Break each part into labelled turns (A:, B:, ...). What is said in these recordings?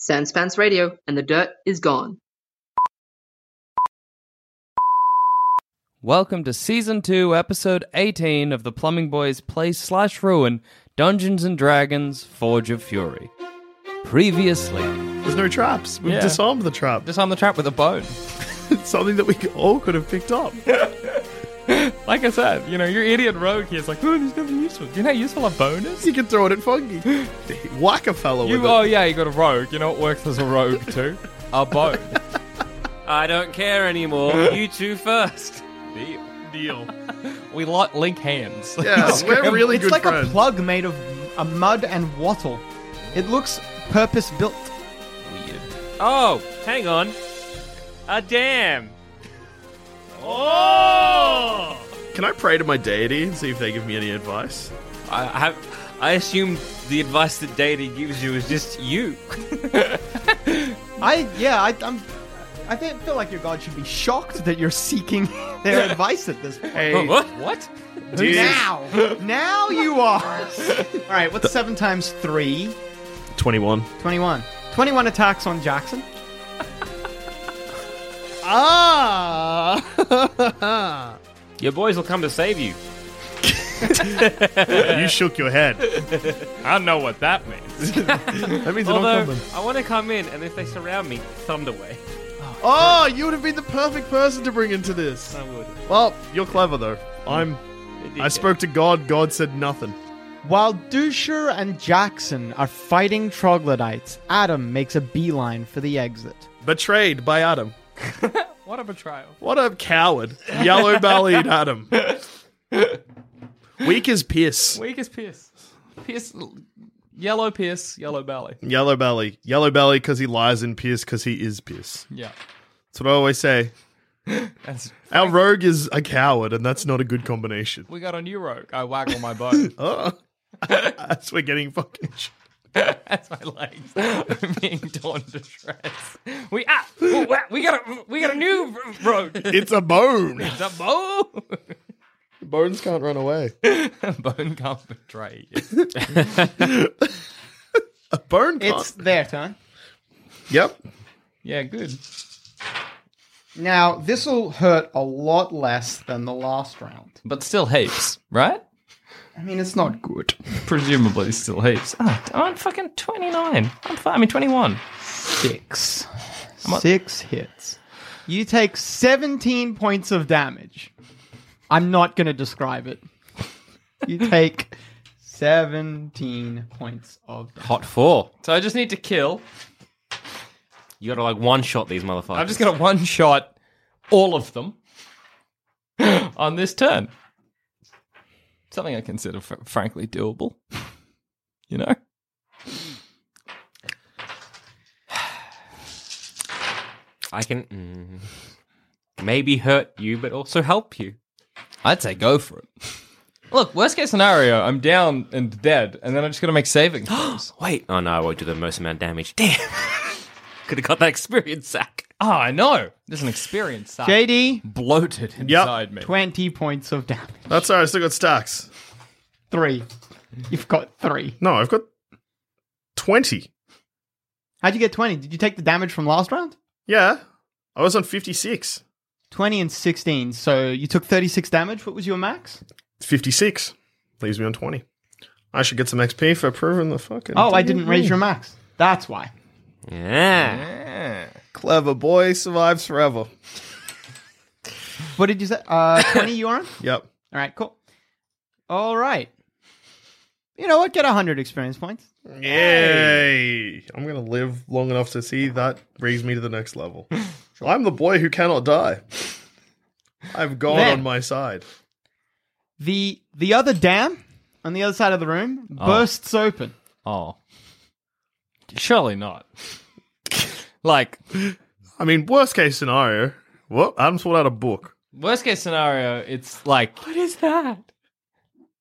A: Sandspans Radio, and the dirt is gone.
B: Welcome to season two, episode eighteen of the Plumbing Boys Play Slash Ruin Dungeons and Dragons Forge of Fury. Previously,
C: There's no traps. We've
B: Yeah.
C: disarmed the trap.
B: disarm the trap with a bone.
C: It's something that we all could have picked up.
B: Like I said, you know, your idiot rogue here is like, oh, there's nothing useful. Do you know how useful a bone is?
C: you can throw it at Fungi. Whack a fellow with
B: You,
C: it.
B: oh yeah, you got a rogue. You know what works as a rogue too? A bone.
D: I don't care anymore. you two first.
B: Deal. We like link hands.
C: Yeah, we're really
E: it's
C: good
E: like
C: friends.
E: a plug made of a mud and wattle. It looks purpose built.
B: Weird.
D: Oh, hang on. A dam. Oh!
C: Can I pray to my deity and see if they give me any advice?
D: I have. I assume the advice that deity gives you is just you.
E: I yeah, I, I'm. I think, feel like your god should be shocked that you're seeking their advice at this point.
C: Hey,
D: what? What?
E: Now, now you are. All right, what's seven times three?
C: 21.
E: 21. 21 attacks on Jackson. ah!
D: Your boys will come to save you.
C: you shook your head.
B: I know what that means.
C: That means they're not
D: Although
C: coming.
D: I want to come in, and if they surround me, thumbed away.
C: Oh, you would have been the perfect person to bring into this.
D: I would.
C: Well, you're clever, though. I'm. I spoke to God. God said nothing.
E: While Dusher and Jackson are fighting troglodytes, Adam makes a beeline for the exit.
C: Betrayed by Adam.
B: what a betrayal.
C: What a coward. Yellow bellied Adam. Weak as piss.
B: Weak as Pierce. Pierce. Yellow Pierce, yellow belly.
C: Yellow belly. Yellow belly because he lies in piss because he is piss.
B: Yeah.
C: That's what I always say.
B: That's,
C: Our rogue is a coward, and that's not a good combination.
B: we got a new rogue. I waggle my bone.
C: Oh. That's we're getting fucking sh-
B: That's my legs. I'm being torn to shreds. We ah, ooh, ah, we got a we got a new r- rogue.
C: It's a bone.
B: The bone
C: Bones can't run away.
B: bone can't betray you.
C: A bone can't.
E: It's their turn.
C: Yep.
B: Yeah, good.
E: Now, this will hurt a lot less than the last round.
B: But still heaps, right?
E: I mean, it's not good.
B: Presumably still heaps. Ah, I'm fucking twenty nine. I'm fine. I mean twenty one.
E: Six. Six hits. You take 17 points of damage. I'm not going to describe it. You take 17 points of damage.
D: Hot four.
B: So I just need to kill.
D: You gotta like one shot these motherfuckers.
B: I've just got to one shot all of them on this turn. Something I consider fr- frankly doable. You know?
D: I can mm, maybe hurt you, but also help you.
B: I'd say go for it. Look, worst case scenario, I'm down and dead, and then I'm just gonna make saving throws.
D: Wait. Oh no, I won't do the most amount of damage. Damn. Could have got that experience sack.
B: oh, I know. There's an experience that
E: JD,
B: bloated inside me.
E: 20 points of damage.
C: That's all right. I still got stacks.
E: Three. You've got three.
C: No, I've got 20.
E: How'd you get 20? Did you take the damage from last round?
C: Yeah. I was on 56.
E: 20 and 16. So you took 36 damage. What was your max?
C: 56. Leaves me on 20. I should get some XP for proving the fucking.
E: Oh, I didn't raise your max. That's why.
D: Yeah.
C: Clever boy survives forever.
E: What did you say? Uh, 20 you are on?
C: Yep.
E: All right, cool. All right. You know what? Get 100 experience points.
C: Yay! I'm gonna live long enough to see that brings me to the next level. I'm the boy who cannot die. I've God
E: Then-
C: on my side.
E: The the other dam on the other side of the room bursts open.
B: Oh. Surely not. like,
C: I mean, worst case scenario. Well, Adam pulled out a book.
B: worst case scenario, it's like. What is that?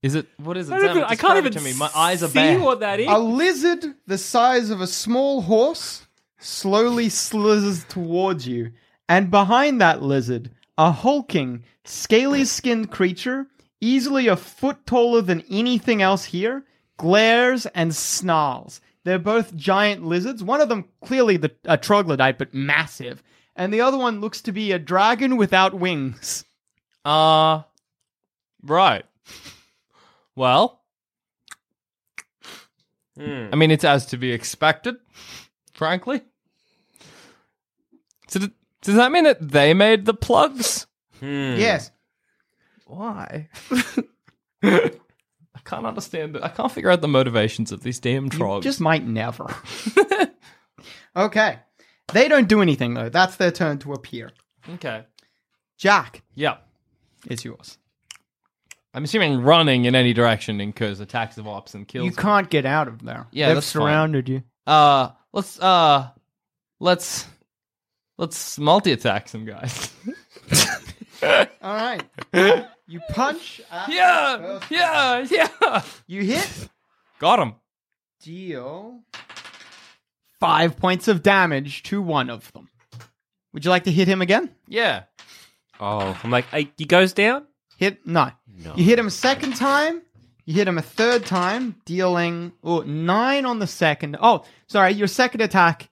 B: Is it. What is it?
D: I, don't
B: Sam,
D: even, I
B: describe
D: can't
B: it
D: even
B: to me. My eyes are
D: see
B: bad.
D: what that is.
E: A lizard the size of a small horse slowly slithers towards you, and behind that lizard, a hulking, scaly skinned creature, easily a foot taller than anything else here, glares and snarls. They're both giant lizards, one of them clearly the, a troglodyte, but massive, and the other one looks to be a dragon without wings.
B: Uh, right. Well,
E: Hmm.
B: I mean, it's as to be expected, frankly. So, th- does that mean that they made the plugs?
E: Yes.
B: Why? I can't understand it. I can't figure out the motivations of these damn trogs.
E: Just might never. okay. They don't do anything though. That's their turn to appear.
B: okay.
E: Jack,
B: Yeah.
E: it's yours.
B: I'm assuming running in any direction incurs attacks of ops and kills.
E: You can't get out of there.
B: Yeah,
E: They've
B: that's fine.
E: surrounded you.
B: Uh, let's uh, let's let's multi attack some guys.
E: All right. you punch. At Oh.
B: Yeah, yeah, yeah.
E: You hit.
B: Got him.
E: Deal five points of damage to one of them. Would you like to hit him again?
B: Yeah.
D: Oh, I'm like, I, he goes down?
E: Hit no. You hit him a second time. You hit him a third time, dealing oh nine on the second. Oh, sorry, your second attack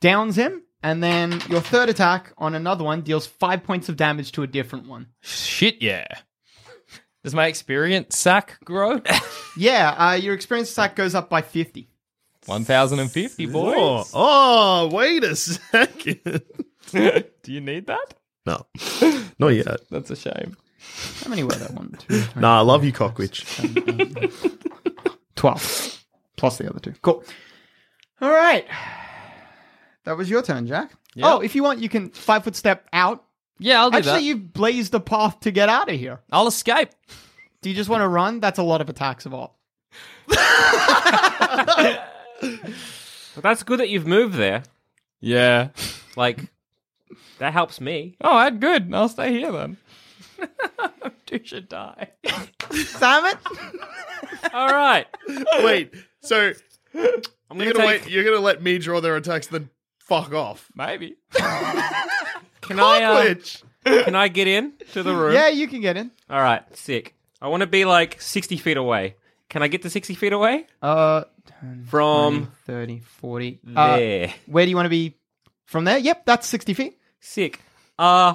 E: downs him, and then your third attack on another one deals five points of damage to a different one.
B: Shit, yeah. Does my experience sack grow?
E: Yeah, uh, your experience attack goes up by fifty.
B: 1050, boys.
C: Oh, oh, wait a second.
B: Do you need that?
C: No, not yet.
B: That's a shame.
E: How many were there? One, two, three,
C: Nah, I love you, Cockwitch.
E: twelve, plus the other two. Cool. All right, that was your turn, Jack. Oh, if you want, you can five foot step out.
B: Yeah, I'll do
E: Actually,
B: that.
E: you've blazed a path to get out of here.
B: I'll escape.
E: Do you just want to run? That's a lot of attacks of all.
D: Well, that's good that you've moved there.
B: Yeah.
D: Like, that helps me.
B: Oh, i good. I'll stay here then. Two should die.
E: Damn it!
D: All right.
C: wait, so
D: I'm
C: you're
D: going to
C: gonna
D: take...
C: wait, you're gonna let me draw their attacks, then fuck off,
B: Maybe.
D: Can I, uh,
C: Cockwitch.
D: can I get in to the room?
E: yeah, you can get in.
D: All right, sick. I want to be like 60 feet away. Can I get to 60 feet away?
E: Uh,
D: From
E: 30, 40.
D: there.
E: Uh, where do you want to be from there? Yep, that's 60 feet.
D: Sick. Uh,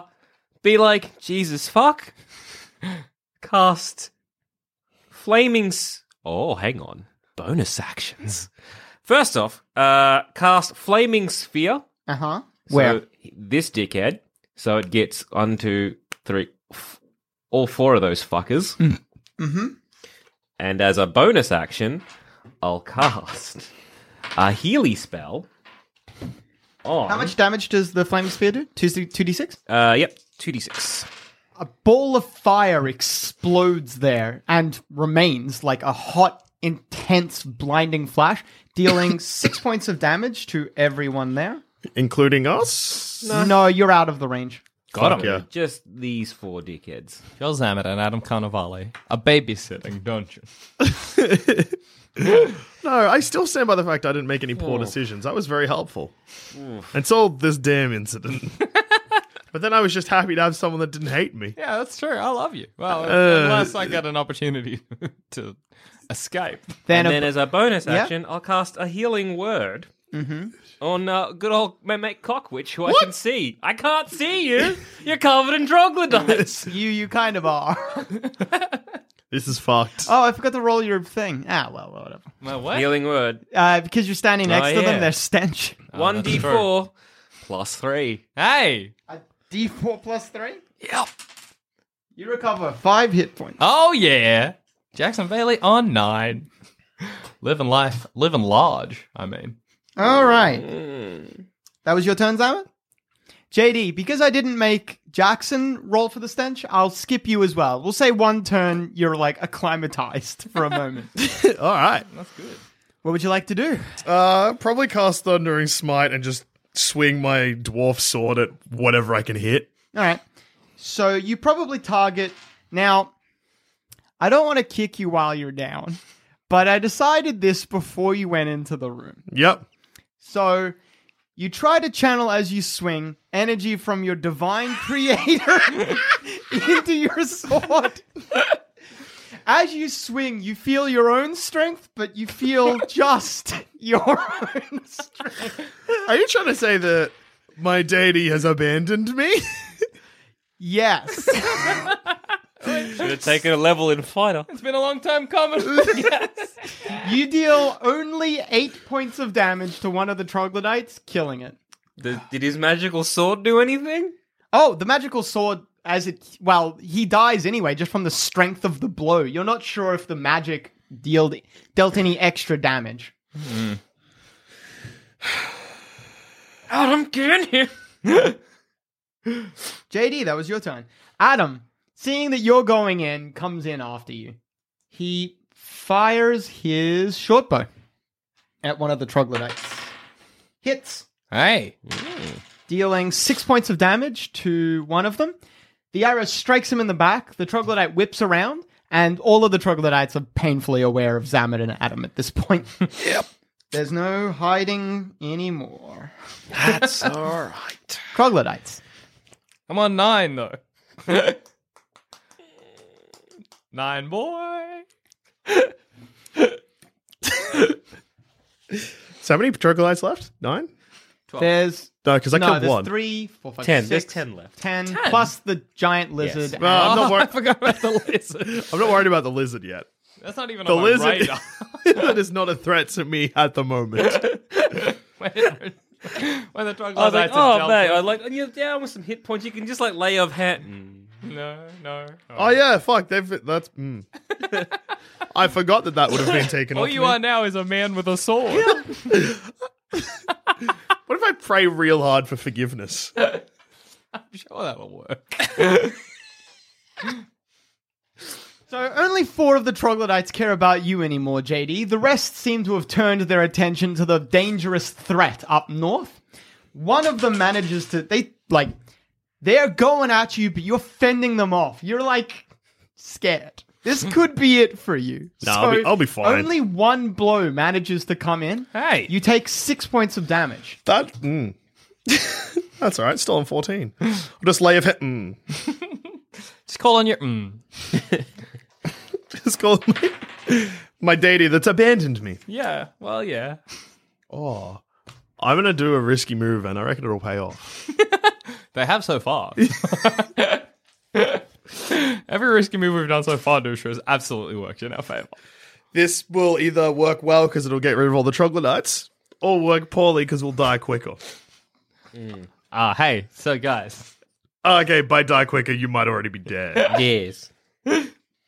D: be like, Jesus fuck. Cast flaming. S- oh, hang on. Bonus actions. First off, uh, cast flaming sphere.
E: Uh huh. Where?
D: So, this dickhead. So it gets one, two, three, f- all four of those fuckers. Mm-hmm.
E: Hmm.
D: And as a bonus action, I'll cast a Healy spell. On,
E: How much damage does the flaming spear do? 2, 2d6?
D: Uh, yep, two d six.
E: A ball of fire explodes there and remains like a hot, intense, blinding flash, dealing six points of damage to everyone there.
C: including us.
E: No, you're out of the range.
C: Got him. Yeah.
D: Just these four dickheads.
B: Joel Zammit and Adam Carnivale are babysitting, don't you?
C: No, I still stand by the fact I didn't make any
B: Hmm.
C: poor decisions. That was very helpful. Until this damn incident. but then I was just happy to have someone that didn't hate me.
B: Yeah, that's true. I love you. Well, unless I get an opportunity to escape.
E: Then,
D: And,
E: a-
D: then as a bonus
E: Yeah. Mm-hmm.
D: action, I'll cast a healing word on uh, good old my mate Cockwitch, who I can see. I can't see you. You're covered in troglodytes.
E: you you kind of are.
C: This is fucked.
E: Oh, I forgot to roll your thing. Ah, well, whatever.
B: My what?
D: Healing word.
E: Uh, because you're standing next
D: yeah.
E: to them, they're stench.
D: One
B: that's
D: D four Ah, plus three.
B: Hey.
E: D4 plus three.
B: Yep.
E: You recover five hit points.
B: Oh yeah. Jackson Bailey on nine. Living life, living large. I mean,
E: All right. That was your turn, Simon? JD, because I didn't make Jackson roll for the stench, I'll skip you as well. We'll say one turn you're like acclimatized for a moment.
C: All right.
E: what would you like to do?
C: Uh, probably cast Thundering Smite and just swing my dwarf sword at whatever I can hit.
E: All right. So you probably target. Now, I don't want to kick you while you're down, but I decided this before you went into the room.
C: Yep.
E: So you try to channel as you swing energy from your divine creator into your sword. As you swing, you feel your own strength, but you feel just your own strength.
C: Are you trying to say that my deity has abandoned me?
E: Yes.
D: Should have taken a level in fighter.
B: it's been a long time coming. yes.
E: You deal only eight points of damage to one of the troglodytes, killing it.
D: Did, did his magical sword do anything?
E: Oh, the magical sword, as it. Well, he dies anyway, just from the strength of the blow. You're not sure if the magic dealt, dealt any extra damage.
D: Adam, get in here.
E: JD, that was your turn. Adam, seeing that you're going in, comes in after you. He fires his short bow at one of the troglodytes. Hits.
B: Hey.
E: dealing six points of damage to one of them. The arrow strikes him in the back. The troglodyte whips around, and all of the troglodytes are painfully aware of Zamet and Adam at this point. yep. There's no hiding anymore.
C: That's all right.
E: Troglodytes.
B: I'm on nine though. nine boy.
C: So how many troglodytes left? Nine?
E: There's
C: No, because I
E: no,
C: killed
E: there's
C: one.
E: three, four, five,
D: Ten.
E: six,
D: There's ten left.
E: ten, plus the giant lizard.
C: Well, I'm, not
B: I
C: wor-
B: forgot about the lizard.
C: I'm not worried about the lizard yet.
B: That's not even
C: The
B: on my
C: lizard
B: radar.
C: that is not a threat to me at the moment.
B: when the troglodytes
D: I was like,
B: are
D: oh,
B: dealt
D: mate.
B: with.
D: I like, and you're down with some hit points. You can just like lay of hand.
B: No, no.
C: Oh yeah, fuck. They've that's. Mm. I forgot that that would have been taken.
B: All
C: off
B: you
C: me.
B: are now is a man with a sword.
C: What if I pray real hard for forgiveness?
B: I'm sure that will work.
E: So only four of the troglodytes care about you anymore, JD. The rest seem to have turned their attention to the dangerous threat up north. One of them manages to they like they're going at you, but you're fending them off. You're like scared. This could be it for you.
C: No, I'll be- I'll be fine.
E: Only one blow manages to come in.
B: Hey.
E: You take six points of damage.
C: That. Mm. that's all right. Still on fourteen. I'll just lay of hand. Mm.
B: Just call on your. Mm.
C: Just call my, my deity that's abandoned me.
B: Yeah. Well, yeah.
C: Oh, I'm gonna do a risky move, and I reckon it'll pay off.
B: They have so far. Every risky move we've done so far, Dusha, has absolutely worked in our favor.
C: This will either work well because it'll get rid of all the troglodytes, or work poorly because we'll die quicker.
B: Ah, hey. So, guys.
C: Okay, by die quicker, you might already be dead.
D: Yes.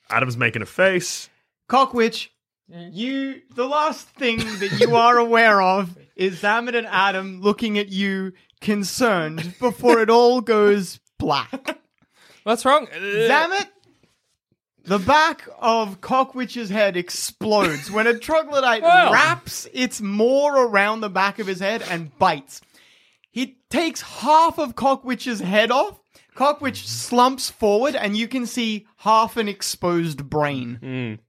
C: Adam's making a face.
E: Cockwitch, you the last thing that you are aware of is Zamet and Adam looking at you concerned before it all goes black.
B: What's wrong?
E: Zamet, the back of Cockwitch's head explodes when a troglodyte
B: Wow.
E: wraps its maw around the back of his head and bites. He takes half of Cockwitch's head off. Cockwitch slumps forward, and you can see half an exposed brain.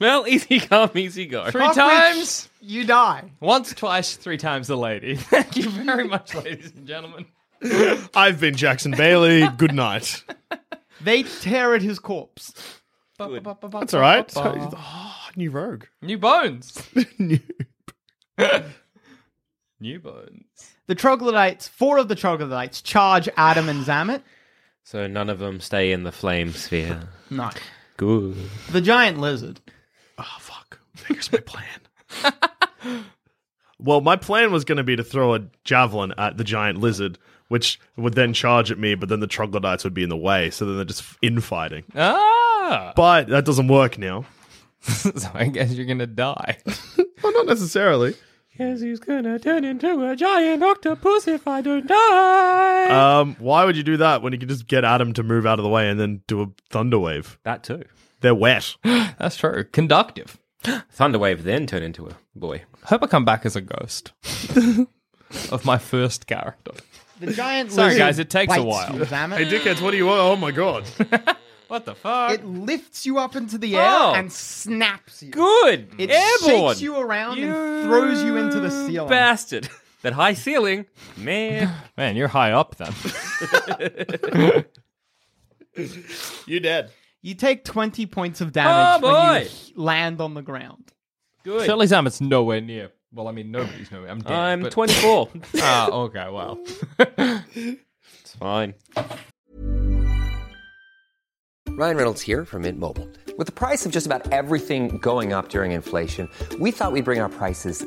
D: Well, easy come, easy go.
B: Three
E: Cockwitch,
B: times?
E: you die.
B: Once, twice, three times the lady. Thank you very much, ladies and gentlemen.
C: I've been Jackson Bailey. Good night.
E: They tear at his corpse.
C: That's all right. Ah, new rogue.
B: New bones.
C: New-
B: New bones.
E: The troglodytes, four of the troglodytes, charge Adam and Zamet.
D: So none of them stay in the flame sphere.
E: No.
D: Good.
E: The giant lizard.
C: Oh fuck! Here's my plan. well, my plan was going to be to throw a javelin at the giant lizard, which would then charge at me, but then the troglodytes would be in the way, so then they're just infighting.
B: Ah!
C: But that doesn't work now.
B: so I guess you're gonna die.
C: Well, not necessarily.
B: Guess he's gonna turn into a giant octopus if I don't die.
C: Um, why would you do that when you could just get Adam to move out of the way and then do a thunder wave?
D: That too.
C: They're wet.
B: That's true. Conductive.
D: Thunderwave then turned into a boy.
B: Hope I come back as a ghost of my first character.
E: The giant
B: Sorry,
E: lizard.
B: guys, it takes a
E: bites
B: while.
E: You, damn it.
C: dickheads, what do you want? Oh my god.
B: What the fuck?
E: It lifts you up into the air
B: Oh.
E: and snaps you.
D: Good.
E: It
D: Airborne.
E: shakes you around and throws you into the ceiling.
D: Bastard. That high ceiling. Man.
B: Man, you're high up then.
C: you dead.
E: You take 20 points of damage
D: Oh,
E: when
D: boy.
E: you h- land on the ground.
D: Good.
B: Shirley Zammet's nowhere near. Well, I mean, nobody's nowhere. I'm dead.
D: I'm
B: but-
D: 24.
B: Ah, okay, well.
D: it's fine.
F: Ryan Reynolds here from Mint Mobile. With the price of just about everything going up during inflation, we thought we'd bring our prices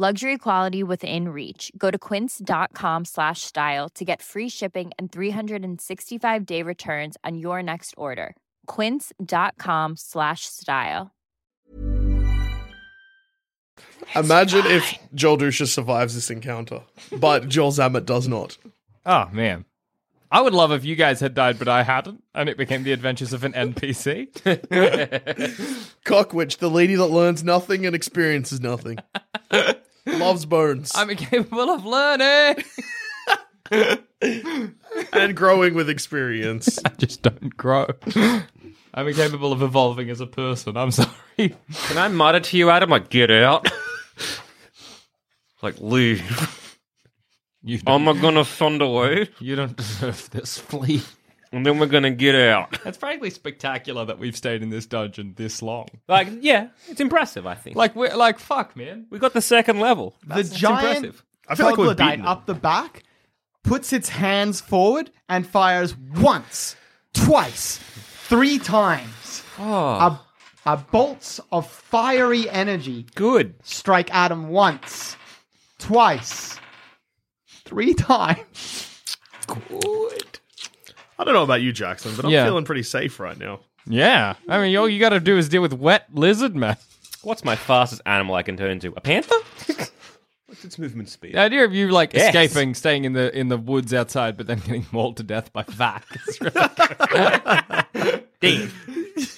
G: Luxury quality within reach. Go to quince.com slash style to get free shipping and 365 day returns on your next order. Quince.com slash style.
C: Imagine if Joel Dusha survives this encounter, but Joel Zamet does not.
B: Oh, man. I would love if you guys had died, but I hadn't, and it became the adventures of an NPC.
C: Cockwitch, the lady that learns nothing and experiences nothing. Loves bones.
B: I'm incapable of learning.
C: and growing with experience.
B: I just don't grow. I'm incapable of evolving as a person. I'm sorry.
D: Can I mutter to you, Adam? Like, get out. like, leave.
B: You don't,
D: I'm gonna thunder wave,
B: you don't deserve this, flea.
D: and then we're gonna get out.
B: It's frankly spectacular that we've stayed in this dungeon this long.
D: Like, yeah, it's impressive. I think. Like,
B: Like we're like fuck, man.
D: we got the second level.
E: the giant
D: impressive.
C: I feel like we've
E: troglodyte
C: beaten it.
E: up the back puts its hands forward and fires once, twice, three times.
C: Ah.
E: A, a bolts of fiery energy
D: Good.
E: strike Adam once, twice, three times.
C: I don't know about you, Jackson, but I'm
B: Yeah.
C: feeling pretty safe right now.
B: Yeah, I mean, all you got to do is deal with wet lizard man.
D: What's my fastest animal I can turn into? A panther? What's its movement speed?
B: The idea of you like
D: Yes.
B: escaping, staying in the in the woods outside, but then getting mauled to death by Vac. is really-
D: Damn.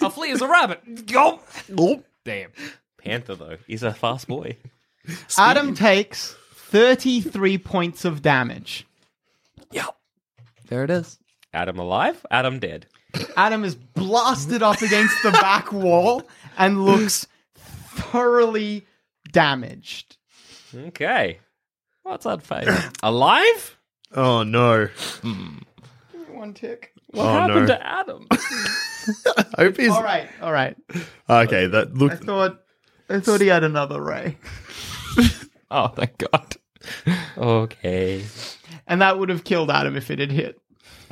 B: a flea is a rabbit. Go. Damn.
D: Panther though, he's a fast boy.
E: Adam takes 33 points of damage.
B: There it is.
D: Adam alive? Adam dead?
E: Adam is blasted up against the back wall and looks thoroughly damaged.
D: Okay.
B: What's that face?
D: Alive?
C: Oh no.
E: One tick.
D: What
C: Oh,
D: happened
C: no.
D: to Adam?
C: I hope he's
E: All right, all right.
C: okay. That
E: I
C: look.
E: thought I thought he had another ray.
B: oh, thank God.
D: okay.
E: And that would have killed Adam if it had hit.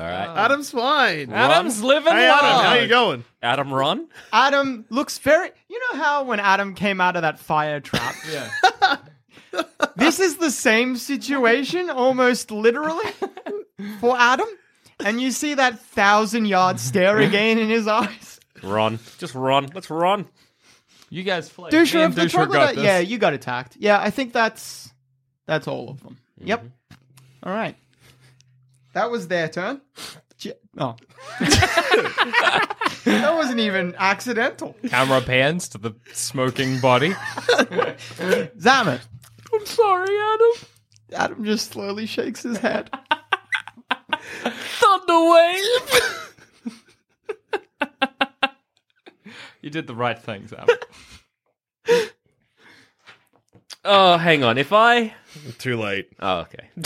D: All right.
C: Adam's fine.
B: Um,
E: Adam's living
C: hey, Adam,
E: large.
C: how you going?
D: Adam Ron?
E: Adam looks very. You know how when Adam came out of that fire trap?
B: yeah.
E: this is the same situation, almost literally, for Adam. And you see that thousand yard stare again in his eyes.
D: Ron. Just Ron. Let's Ron.
B: You guys play.
E: Dusha
B: Me
E: of
B: and
E: the
B: Dusha
E: chocolate.
B: got this.
E: Yeah, you got attacked. Yeah, I think that's that's all of them. Yep.
D: Mm-hmm.
E: All right. That was their turn. J- Oh. that wasn't even accidental.
B: Camera pans to the smoking body.
E: Zamet.
B: I'm sorry, Adam.
E: Adam just slowly shakes his head.
B: Thunderwave. you did the right thing, Sam.
D: Oh, hang on. If I.
C: Too late.
D: Oh, okay.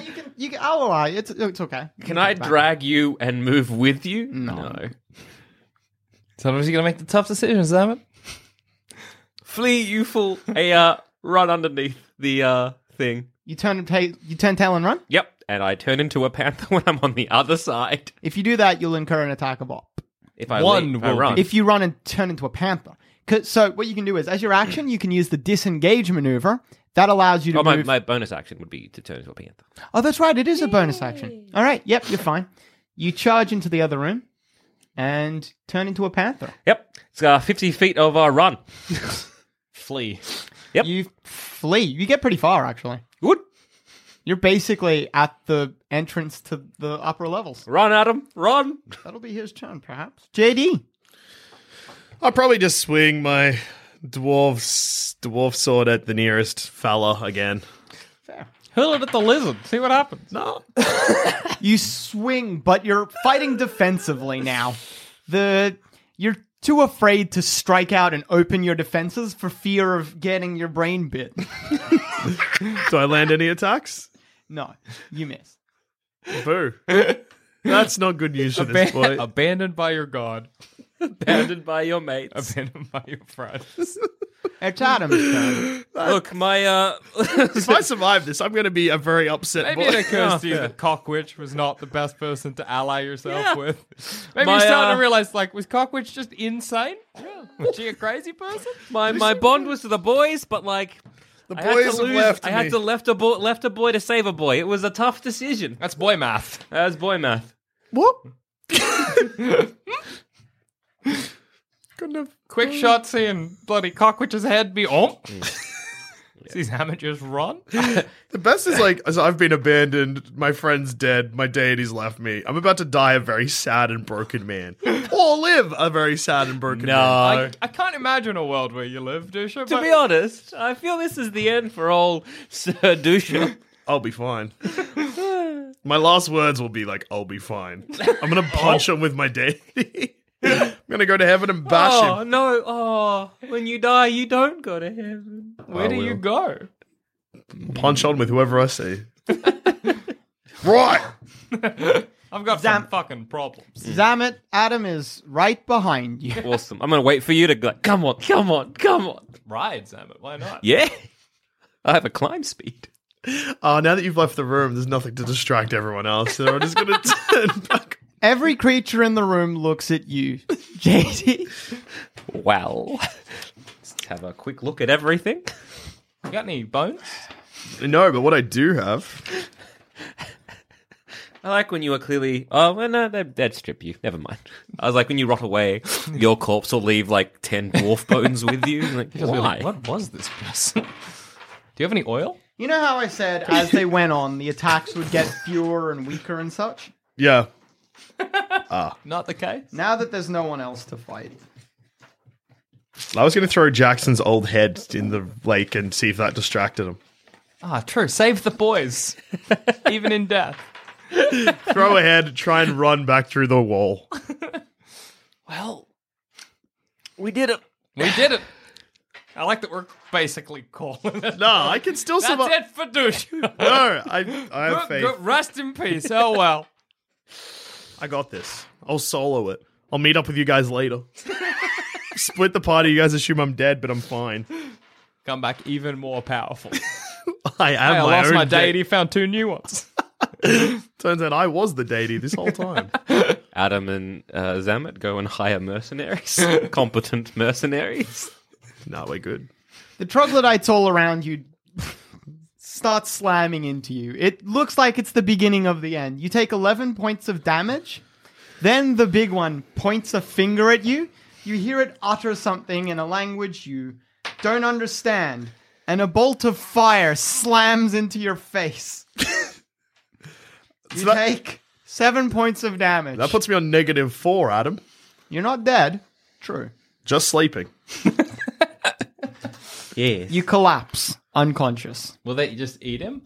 E: You can, you can, I'll allow you. It's, it's okay.
D: Can I drag you and move with you? No.
B: Sometimes you gotta make the tough decisions, Sam.
D: Flee, you fool. A uh, run underneath the uh, thing.
E: You turn and ta- you turn tail and run.
D: Yep. And I turn into a panther when I'm on the other side.
E: If you do that, you'll incur an attack of op.
D: If I
B: One
D: leap, if I
B: will
D: run.
E: If you run and turn into a panther. 'Cause- So what you can do is, as your action, you can use the disengage maneuver. That allows you to
D: oh, my,
E: move.
D: my bonus action would be to turn into a panther.
E: Oh, that's right. It is a bonus action. All right. Yep, you're fine. You charge into the other room and turn into a panther.
D: Yep. It's uh, 50 feet of uh, run.
B: Flee.
D: Yep.
E: You flee. You get pretty far, actually.
D: Good.
E: You're basically at the entrance to the upper levels.
D: Run, Adam. Run.
E: That'll be his turn, perhaps. JD.
C: I'll probably just swing my dwarf s- dwarf sword at the nearest fella again.
B: Hurl it at the lizard. See what happens.
C: No,
E: You swing, but you're fighting defensively now. The you're too afraid to strike out and open your defenses for fear of getting your brain bit.
C: do I land any attacks?
E: No, you miss.
C: Boo. That's not good news for this
B: Aban-
C: point.
B: abandoned by your god.
D: Abandoned by your mates.
B: Abandoned by your friends.
E: It's Adam's turn.
D: Look, my uh,
C: If I survive this, I'm going to be a very upset
B: Maybe
C: boy.
B: it occurs to you
C: Yeah.
B: that Cockwitch was not the best person to ally yourself
D: Yeah.
B: with. Maybe
D: My,
B: you're starting
D: uh,
B: to realize, like, was Cockwitch just insane? Was she a crazy person?
D: my my bond was to the boys, but like the I
C: boys
D: had
C: have
D: to lose,
C: left
D: I had
C: me.
D: to left a boy, left a boy to save a boy. It was a tough decision.
B: That's boy math.
D: That's boy math.
B: Couldn't have. Quick shot seeing bloody Cockwitch's head be on. These amateurs run.
C: The best is like, as I've been abandoned, my friend's dead, my deity's left me. I'm about to die a very sad and broken man, or live a very sad and broken man.
B: I, I can't imagine a world where you live,
D: To
B: Dusha. but
D: be honest, I feel this is the end for old Sir Dusha.
C: I'll be fine. my last words will be like, "I'll be fine." I'm gonna punch him with my deity. I'm gonna go to heaven and bash
D: oh
C: him.
D: no! Oh, when you die, you don't go to heaven.
B: where do you go?
C: Punch on with whoever I see. right.
B: I've got
E: Zam-
B: some fucking problems.
E: Zamet, Adam is right behind you.
D: Awesome. I'm gonna wait for you to go. Come on, come on, come on.
B: Ride, Zamet. Why not?
D: Yeah, I have a climb speed.
C: Uh, now that you've left the room, there's nothing to distract everyone else, so I'm just gonna turn back.
E: Every creature in the room looks at you, JD.
D: Well, let's have a quick look at everything.
B: You got any bones?
C: No, but what I do have
D: I like when you are clearly. Oh, well, no, they'd, they'd strip you. Never mind. I was like, when you rot away, your corpse will leave like 10 dwarf bones with you. I'm Like,
B: Just be
D: why?
B: like, what was this person? Do you have any oil?
E: You know how I said as they went on, the attacks would get fewer and weaker and such?
C: Yeah.
B: Not the case.
E: Now that there's no one else to fight,
C: I was going to throw Jackson's old head in the lake and see if that distracted him.
B: Ah, true. Save the boys, even in death.
C: Throw a head, try and run back through the wall.
B: Well, we did it. We did it. I like that we're basically calling it.
C: No, I can still
B: That's
C: survive.
B: it for douche.
C: No, I, I have
B: Good-
C: faith.
B: good- Rest in peace. Oh well.
C: I got this. I'll solo it. I'll meet up with you guys later. Split the party. You guys assume I'm dead, but I'm fine.
B: Come back even more powerful.
C: I am
B: Hey, I
C: my
B: lost
C: own
B: my
C: de-
B: deity, found two new ones.
C: Turns out I was the deity this whole time.
D: Adam and uh, Zamet go and hire mercenaries, competent mercenaries.
C: No, we're good.
E: The troglodytes all around you start slamming into you. It looks like it's the beginning of the end. You take 11 points of damage. Then the big one points a finger at you. You hear it utter something in a language you don't understand. And a bolt of fire slams into your face. you take seven points of damage.
C: That puts me on negative four, Adam.
E: You're not dead. True.
C: Just sleeping.
D: Yeah.
E: You collapse unconscious.
B: Will they just eat him?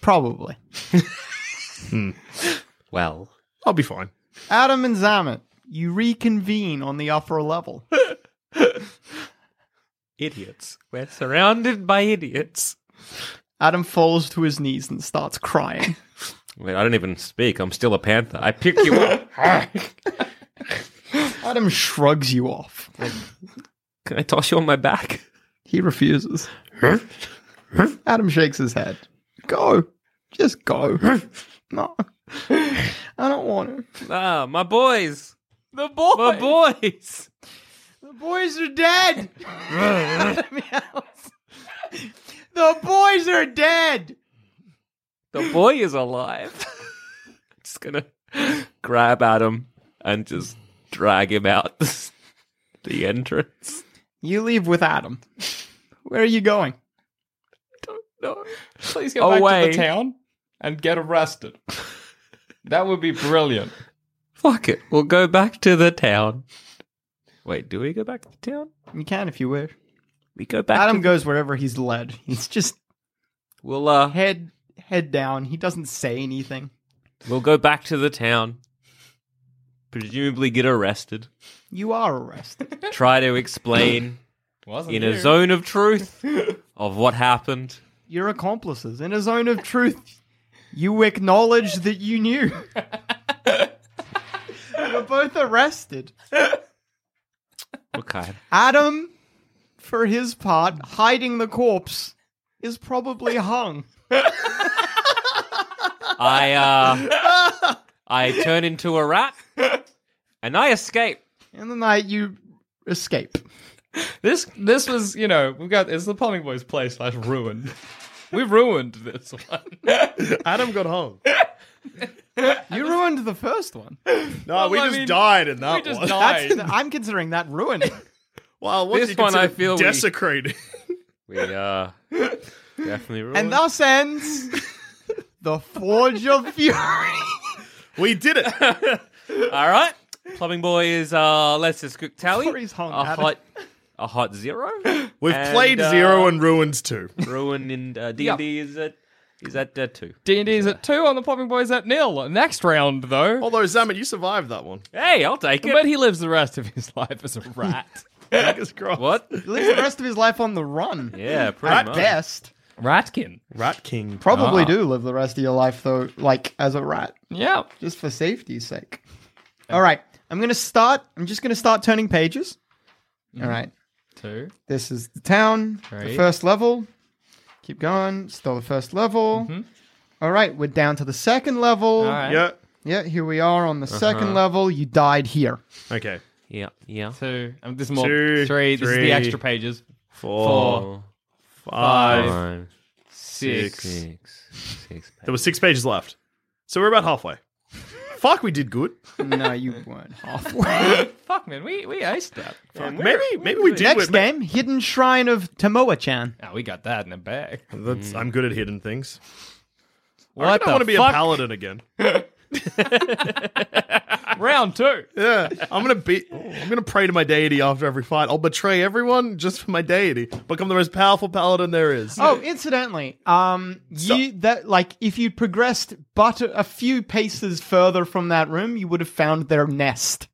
E: Probably.
D: Well,
C: I'll be fine.
E: Adam and Zamet, you reconvene on the upper level.
D: idiots. We're surrounded by idiots.
E: Adam falls to his knees and starts crying.
D: Wait, I don't even speak. I'm still a panther. I pick you up.
E: Adam shrugs you off.
D: Can I toss you on my back?
E: He refuses. Adam shakes his head. Go. Just go. No. I don't want to.
D: Ah, my boys.
B: The boy.
D: My boys.
E: The boys are dead. Adam yells. the boys are dead.
D: The boy is alive. just gonna grab Adam and just drag him out the entrance.
E: You leave with Adam. Where are you going?
B: No. Please go back
D: Away.
B: to the town and get arrested. that would be brilliant.
D: Fuck it. We'll go back to the town. Wait, do we go back to the town?
E: You can if you wish.
D: We go back.
E: Adam
D: to-
E: goes wherever he's led. He's just
D: We'll uh,
E: head head down. He doesn't say anything.
D: we'll go back to the town. Presumably get arrested.
E: You are arrested.
D: Try to explain
B: Wasn't
E: Oh,
D: in
B: you?
D: a zone of truth of what happened.
E: You're accomplices in a zone of truth. You acknowledge that you knew. You're both arrested.
D: Okay.
E: Adam, for his part, hiding the corpse, is probably hung.
D: I uh I turn into a rat and I escape.
E: In the night, you escape.
B: This this was you know we've got it's the plumbing boys play slash ruined. We ruined this one.
C: Adam got hung.
E: You ruined the first one.
C: No,
B: Well,
C: we
B: I
C: just
B: mean,
C: died in that
B: we just
C: one.
B: died.
E: That's, I'm considering that ruined.
C: Wow, what
D: This
C: do you
D: one I
C: consider
D: feel we-
C: desecrated.
D: We uh definitely ruined.
E: And thus ends the Forge of Fury.
C: we did it.
D: All right. Plumbing boy is uh let's just quick tally.
E: Sorry's hung,
D: a
E: Adam.
D: hot a hot zero.
C: We've
D: And,
C: played
D: uh,
C: zero and ruins two.
D: ruin in uh, D&D is at is at uh, 2.
B: D and D's at two on the plumbing boys at nil. Next round though,
C: Although Zamet, you survived that one.
D: Hey, I'll take
B: but
D: it.
B: he lives the rest of his life as a rat.
C: Fingers crossed.
D: What?
E: He lives the rest of his life on the run.
D: Yeah, pretty
E: At
D: much. Ah.
E: best.
B: Ratkin.
C: Rat King.
E: Probably do live the rest of your life, though, like as a rat,
B: Yeah.
E: just for safety's sake. All right. I'm going to start. I'm just going to start turning pages. All right.
B: Two.
E: This is the town, the
B: Right.
E: first level. Keep going. Still the first level. All right. We're down to the second level.
B: All right.
C: Yeah.
E: Yeah. Here we are on the second level. You died here.
C: Okay.
D: Yeah, yeah.
B: Two. Um, this is more
C: Two,
B: three. This is
C: three,
B: the extra pages.
C: Four, five.
D: Five,
B: Six.
D: six, six.
C: There were six pages left. So we're about halfway. Fuck, we did good.
E: no, you weren't halfway.
B: Fuck man, we we aced that. Fuck.
C: maybe maybe we did win.
E: Next game Hidden Shrine of Tomoa chan.
B: Ah, we got that in the bag.
C: That's, I'm good at hidden things. I,
B: What
C: reckon I want to be
B: fuck?
C: a paladin again.
B: Round two.
C: Yeah, I'm gonna be. I'm gonna pray to my deity after every fight. I'll betray everyone just for my deity. Become the most powerful paladin there is.
E: Oh, incidentally, um, you that like if you progressed but a, a few paces further from that room, you would have found their nest.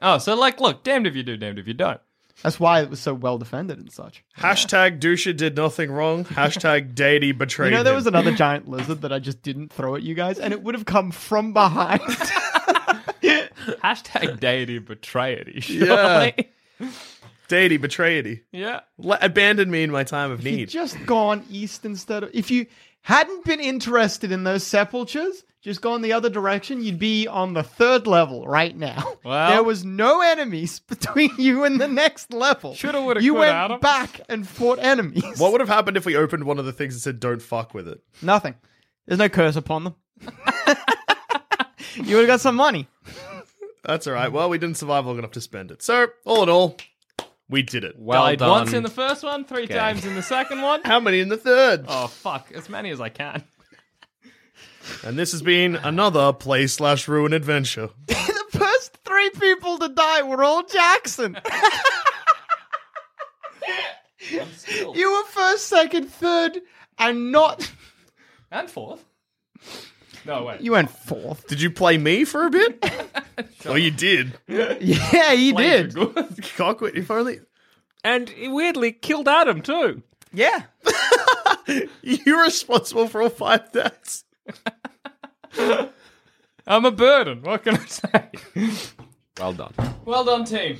B: Oh, so like, look, damned if you do, damned if you don't.
E: That's why it was so well defended and such.
C: Hashtag Dusha did nothing wrong. Hashtag deity betrayed.
E: You know, there
C: him.
E: was another giant lizard that I just didn't throw at you guys, and it would have come from behind.
B: Hashtag deity betrayity.
C: Yeah.
B: surely.
C: Deity, betrayity.
B: Yeah.
C: Le- abandon me in my time of
E: If you'd
C: need.
E: just gone east instead of if you hadn't been interested in those sepulchres, just gone the other direction, you'd be on the third level right now.
B: Well-
E: there was no enemies between you and the next level.
B: Shoulda, woulda,
E: You
B: coulda,
E: went
B: Adam.
E: back and fought enemies.
C: What would have happened if we opened one of the things that said "Don't fuck with it"?
E: Nothing. There's no curse upon them. you would have got some money.
C: That's all right. Well, we didn't survive long enough to spend it. So, all in all, we did it.
D: Well
B: Died
D: done.
B: once in the first one, three
D: Okay.
B: times in the second one.
C: How many in the third?
B: Oh fuck, as many as I can.
C: And this has been another play slash ruin adventure.
E: the first three people to die were all Jackson. you were first, second, third, and not.
B: And fourth. No, wait.
E: You went fourth.
C: Did you play me for a bit? oh, you did.
E: Yeah, you did.
C: Cockwit, if only.
B: and he weirdly killed Adam too.
E: Yeah.
C: You're responsible for all five deaths.
B: I'm a burden. What can I say?
D: Well done.
B: Well done, team.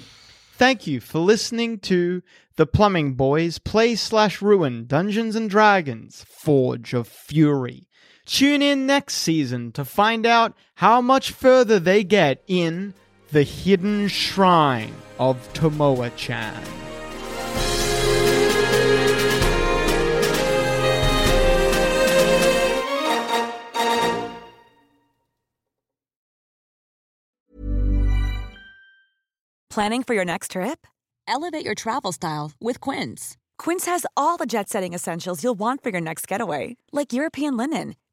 E: Thank you for listening to the Plumbing Boys Play Slash Ruin Dungeons and Dragons Forge of Fury. Tune in next season to find out how much further they get in the Hidden Shrine of Tomoa Chan.
H: Planning for your next trip? Elevate your travel style with Quince. Quince has all the jet setting essentials you'll want for your next getaway, like European linen,